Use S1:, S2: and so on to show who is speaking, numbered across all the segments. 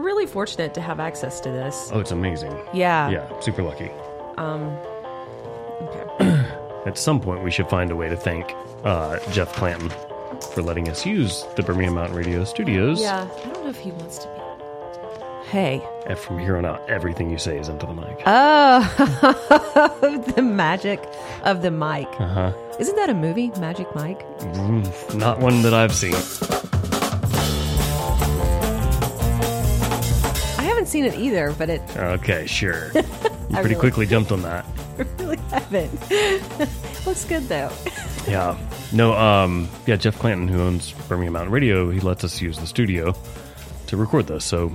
S1: really fortunate to have access to this.
S2: Oh, it's amazing.
S1: Yeah.
S2: Yeah, super lucky.
S1: Okay.
S2: At some point, we should find a way to thank uh, Jeff Clanton for letting us use the Birmingham Mountain Radio Studios.
S1: yeah. I don't know if he wants to be. Hey.
S2: And from here on out, everything you say is into the mic.
S1: Oh, the magic of the mic.
S2: Uh-huh.
S1: Isn't that a movie, Magic Mike?
S2: Mm, Not one that I've seen.
S1: I haven't seen it either, but it
S2: Okay, sure. You pretty
S1: really-
S2: quickly jumped on that.
S1: I really haven't. Looks good though.
S2: Yeah. No, um, yeah, Jeff Clanton, who owns Birmingham Mountain Radio, he lets us use the studio to record this. So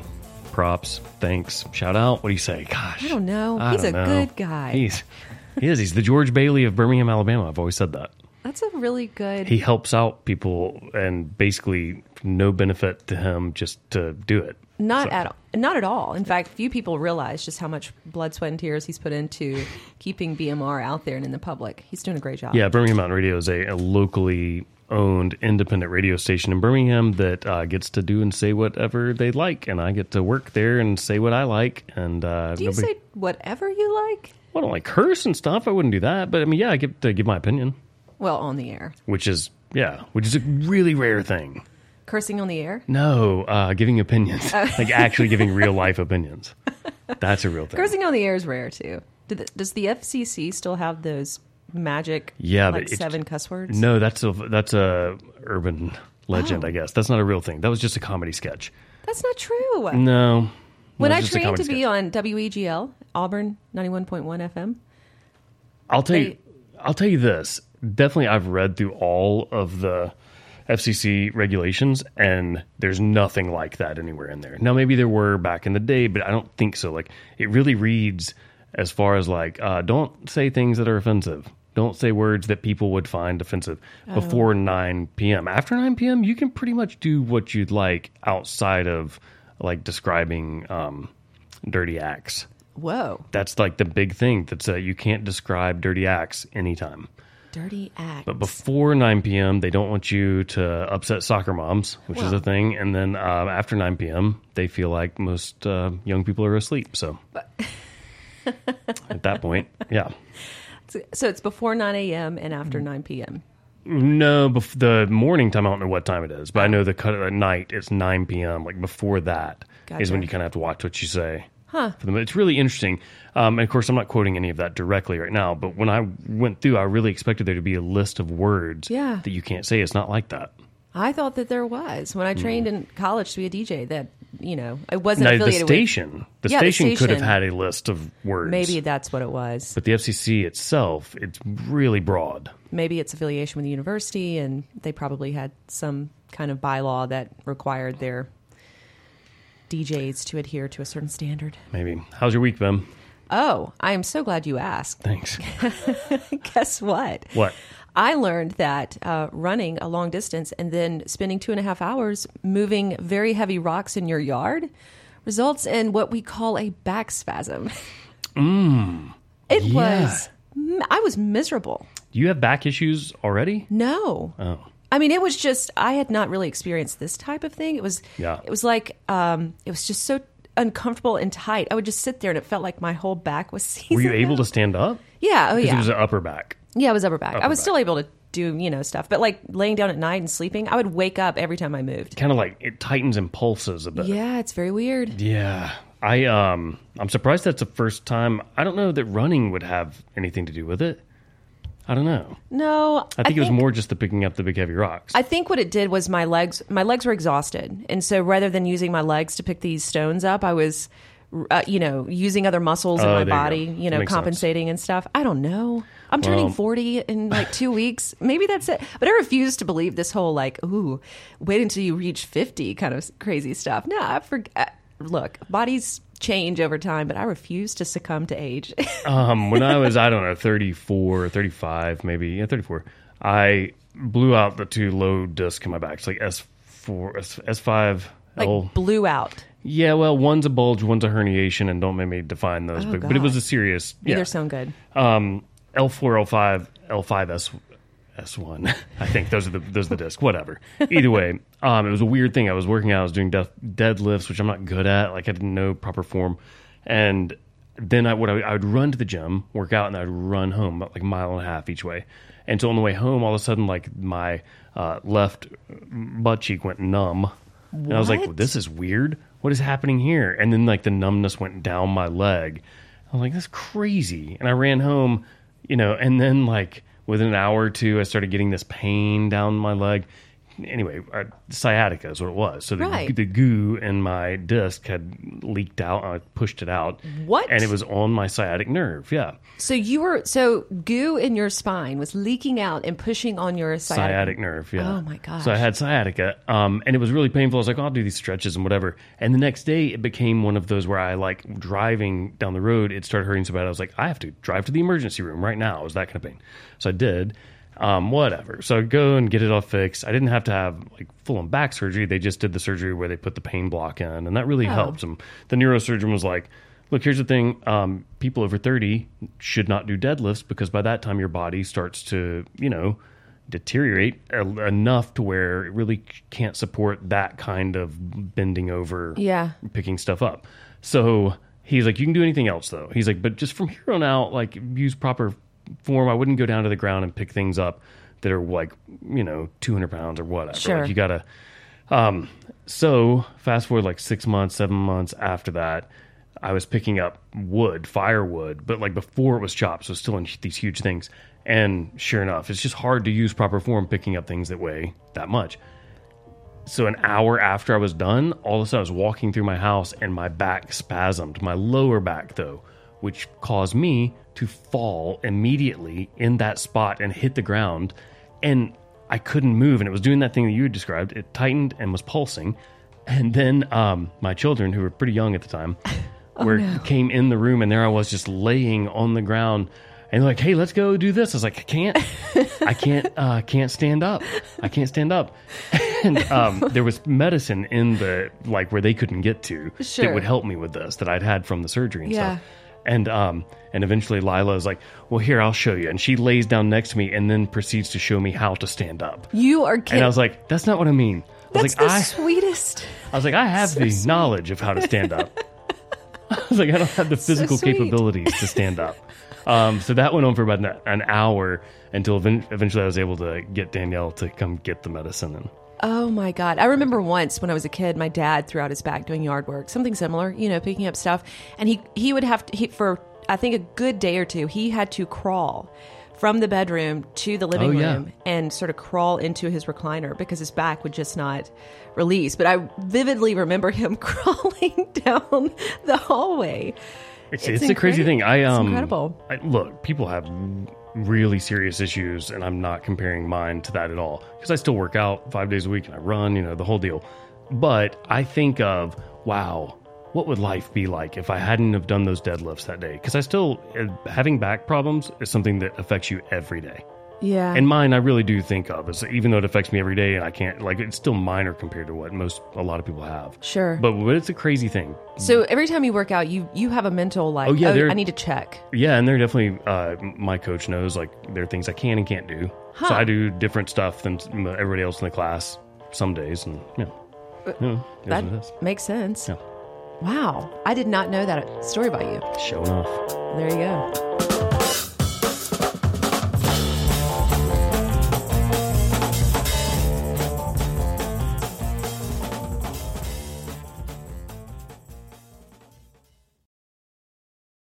S2: props, thanks, shout out. What do you say? Gosh.
S1: I don't know.
S2: I
S1: He's
S2: don't
S1: a
S2: know.
S1: good guy.
S2: He's, he is. He's the George Bailey of Birmingham, Alabama. I've always said that.
S1: That's a really good.
S2: He helps out people and basically no benefit to him just to do it.
S1: Not
S2: So-
S1: at not at all. In fact, few people realize just how much blood, sweat, and tears he's put into keeping BMR out there and in the public. He's doing a great job.
S2: Yeah, Birmingham Mountain Radio is a, a locally owned independent radio station in Birmingham that uh, gets to do and say whatever they like, and I get to work there and say what I like. And uh,
S1: Do you
S2: nobody-
S1: say whatever you like?
S2: well, I don't like curse and stuff. I wouldn't do that, but I mean, yeah, I get to give my opinion,
S1: Well, on the air,
S2: which is yeah, which is a really rare thing.
S1: cursing on the air,
S2: No, uh, giving opinions,
S1: Oh.
S2: like actually giving real life opinions. That's a real thing.
S1: cursing on the air is rare too. Do the, does the FCC still have those magic?
S2: Yeah, but
S1: like
S2: it-
S1: seven cuss words.
S2: No, that's a that's a urban legend,
S1: Oh.
S2: I guess. That's not a real thing. That was just a comedy sketch.
S1: that's not true.
S2: No.
S1: when
S2: No,
S1: I
S2: it's just a
S1: trained
S2: comedy
S1: to be
S2: sketch.
S1: on WEGL Auburn ninety one point one FM,
S2: I'll tell you,
S1: They-
S2: I'll tell you this. Definitely, I've read through all of the FCC regulations, and there's nothing like that anywhere in there. Now, maybe there were back in the day, but I don't think so. Like, it really reads as far as like, uh, don't say things that are offensive. Don't say words that people would find offensive before 9 p.m. After 9 p.m., you can pretty much do what you'd like outside of like describing um, dirty acts
S1: whoa,
S2: that's like the big thing that's uh, you can't describe dirty acts anytime
S1: dirty act.
S2: but before 9 p.m they don't want you to upset soccer moms which is
S1: Well.
S2: a thing and then uh, after 9 p.m they feel like most uh, young people are asleep so at that point yeah
S1: so it's before nine a.m. and
S2: Mm.
S1: after nine p.m.
S2: no bef- the morning time i don't know what time it is but i know the cut at night it's 9 p.m like before that is when
S1: Gotcha.
S2: you kind of have to watch what you say huh for them. it's really interesting um, and of course i'm not quoting any of that directly right now but when i went through i really expected there to be a list of words
S1: Yeah.
S2: that you can't say it's not like that
S1: I thought that there was when I trained in college to be a DJ. That you know, I wasn't
S2: Mm. now, the
S1: affiliated
S2: station the,
S1: Yeah, the
S2: station could have
S1: station.
S2: had a list of words
S1: with. Maybe that's what it was.
S2: but the fcc itself it's really broad
S1: Maybe it's affiliation with the university, and they probably had some kind of bylaw that required their DJs to adhere to a certain standard.
S2: maybe how's your week Bim?
S1: Oh, I am so glad you asked.
S2: thanks
S1: Guess what?
S2: what
S1: I learned that uh, running a long distance and then spending two and a half hours moving very heavy rocks in your yard results in what we call a back spasm. it
S2: yeah.
S1: was. I was miserable.
S2: do you have back issues already
S1: No. Oh. I mean, it was just I had not really experienced this type of thing. It was
S2: Yeah.
S1: it was like um it was just so uncomfortable and tight. I would just sit there and it felt like my whole back was seizing.
S2: were you
S1: up.
S2: able to stand up
S1: Yeah, oh
S2: Because
S1: yeah.
S2: it was an upper back.
S1: Yeah, I was upper back. I was
S2: back.
S1: still able to do, you know, stuff. But like laying down at night and sleeping, I would wake up every time I moved.
S2: Kind of like it tightens and pulses a bit.
S1: Yeah, it's very weird.
S2: Yeah. I um I'm surprised that's the first time. I don't know that running would have anything to do with it. I don't know.
S1: No,
S2: I think it was more just the picking up the big heavy rocks.
S1: I think what it did was my legs my legs were exhausted. And so rather than using my legs to pick these stones up, I was uh, you know, using other muscles in
S2: Oh,
S1: my
S2: there you
S1: body,
S2: go.
S1: you,
S2: That
S1: know,
S2: makes sense.
S1: compensating and stuff. I don't know. I'm turning
S2: Well-
S1: 40 in like 2 weeks. Maybe that's it. But I refuse to believe this whole like, ooh, wait until you reach 50 kind of crazy stuff. No, I forget. Look, bodies change over time, but I refuse to succumb to age.
S2: um when I was I don't know 34, 35 maybe, yeah 34. I blew out the two low discs in my back. It's like S4 S, S5
S1: like
S2: L.
S1: blew out.
S2: Yeah, well, one's a bulge, one's a herniation and don't make me define those, but, but it
S1: Oh, God.
S2: was a serious yeah.
S1: Either sound good.
S2: um, L4, L5, L5S, S1. I think those are the those are the discs. Whatever. Either way, um, it was a weird thing. I was working out. I was doing death, deadlifts, which I'm not good at. Like I didn't know proper form, and then I would I would run to the gym, work out, and I'd run home about like a mile and a half each way. And so on the way home, all of a sudden, like my uh, left butt cheek went numb, and I was like,
S1: What?
S2: well, "This is weird. What is happening here?" And then like the numbness went down my leg. I'm like, "That's crazy!" And I ran home, you know, and then like within an hour or two, I started getting this pain down my leg. Anyway, uh, sciatica is what it was. So the,
S1: Right.
S2: the goo in my disc had leaked out. and I pushed it out.
S1: What?
S2: And it was on my sciatic nerve. Yeah.
S1: So you were so goo in your spine was leaking out and pushing on your sciatic.
S2: sciatic nerve. Yeah.
S1: Oh, my gosh.
S2: So I had sciatica, um, and it was really painful. I was like, "Oh, I'll do these stretches and whatever. And the next day, it became one of those where I like driving down the road, it started hurting so bad. I was like, I have to drive to the emergency room right now. It was that kind of pain. So I did. Um, whatever. So I go and get it all fixed. I didn't have to have like full on back surgery. They just did the surgery where they put the pain block in, and that really
S1: Oh.
S2: helps them. The neurosurgeon was like, look, here's the thing. Um, people over 30 should not do deadlifts because by that time your body starts to, you know, deteriorate el- enough to where it really c- can't support that kind of bending over,
S1: Yeah.
S2: picking stuff up. So he's like, you can do anything else though. He's like, but just from here on out, like use proper form. I wouldn't go down to the ground and pick things up that are like, you know, 200 pounds or whatever.
S1: Sure.
S2: Like you gotta, um, so fast forward like six months, seven months after that, I was picking up wood, firewood, but like before it was chopped, so it's still in hu- these huge things. And sure enough, it's just hard to use proper form picking up things that weigh that much. So an hour after I was done, all of a sudden I was walking through my house and my back spasmed, my lower back though, which caused me to fall immediately in that spot and hit the ground. And I couldn't move, and it was doing that thing that you had described. It tightened and was pulsing. And then um, my children, who were pretty young at the time, were came in the room, and there I was just laying on the ground. And they're like, "Hey, let's go do this." I was like, "I can't, I can't, uh, can't stand up. I can't stand up." And um, there was medicine in the like where they couldn't get to that
S1: Sure.
S2: would help me with this that I'd had from the surgery and
S1: Yeah.
S2: stuff. And um, and eventually Lila is like, "Well, here I'll show you." And she lays down next to me and then proceeds to show me how to stand up.
S1: You are kidding.
S2: And I was like, "That's not what I mean." I was
S1: That's
S2: like,
S1: the
S2: "I."
S1: sweetest.
S2: I was like, I have the knowledge of how to stand up. I was like, I don't have the physical
S1: sweet.
S2: capabilities to stand up. Um, so that went on for about an, an hour until even- eventually I was able to get Danielle to come get the medicine. And
S1: Oh my God. I remember once when I was a kid, my dad threw out his back doing yard work, something similar, you know, picking up stuff. And he, he would have to, he, for I think a good day or two, he had to crawl from the bedroom to the living
S2: Oh, yeah.
S1: room and sort of crawl into his recliner because his back would just not release. But I vividly remember him crawling down the hallway.
S2: it's,
S1: It's
S2: it's, a crazy
S1: incredi-
S2: thing. I
S1: it's
S2: um,
S1: incredible.
S2: I, look, people have really serious issues, and I'm not comparing mine to that at all because I still work out five days a week and I run, you know, the whole deal. But I think of, wow, what would life be like if I hadn't have done those deadlifts that day? Because I still uh, having back problems is something that affects you every day.
S1: Yeah.
S2: And mine, I really do think of as even though it affects me every day, and I can't like it's still minor compared to what most a lot of people have.
S1: Sure.
S2: But, but it's a crazy thing.
S1: so every time you work out, you, you have a mental like, oh,
S2: yeah, there-
S1: I need to check.
S2: Yeah, and they're definitely. Uh, my coach knows like there are things I can and can't do. So
S1: Huh.
S2: I do different stuff than everybody else in the class some days, and yeah, yeah it is
S1: Uh, That
S2: what it is.
S1: makes sense.
S2: Yeah.
S1: Wow. I did not know that story about you.
S2: Showing off.
S1: There you go.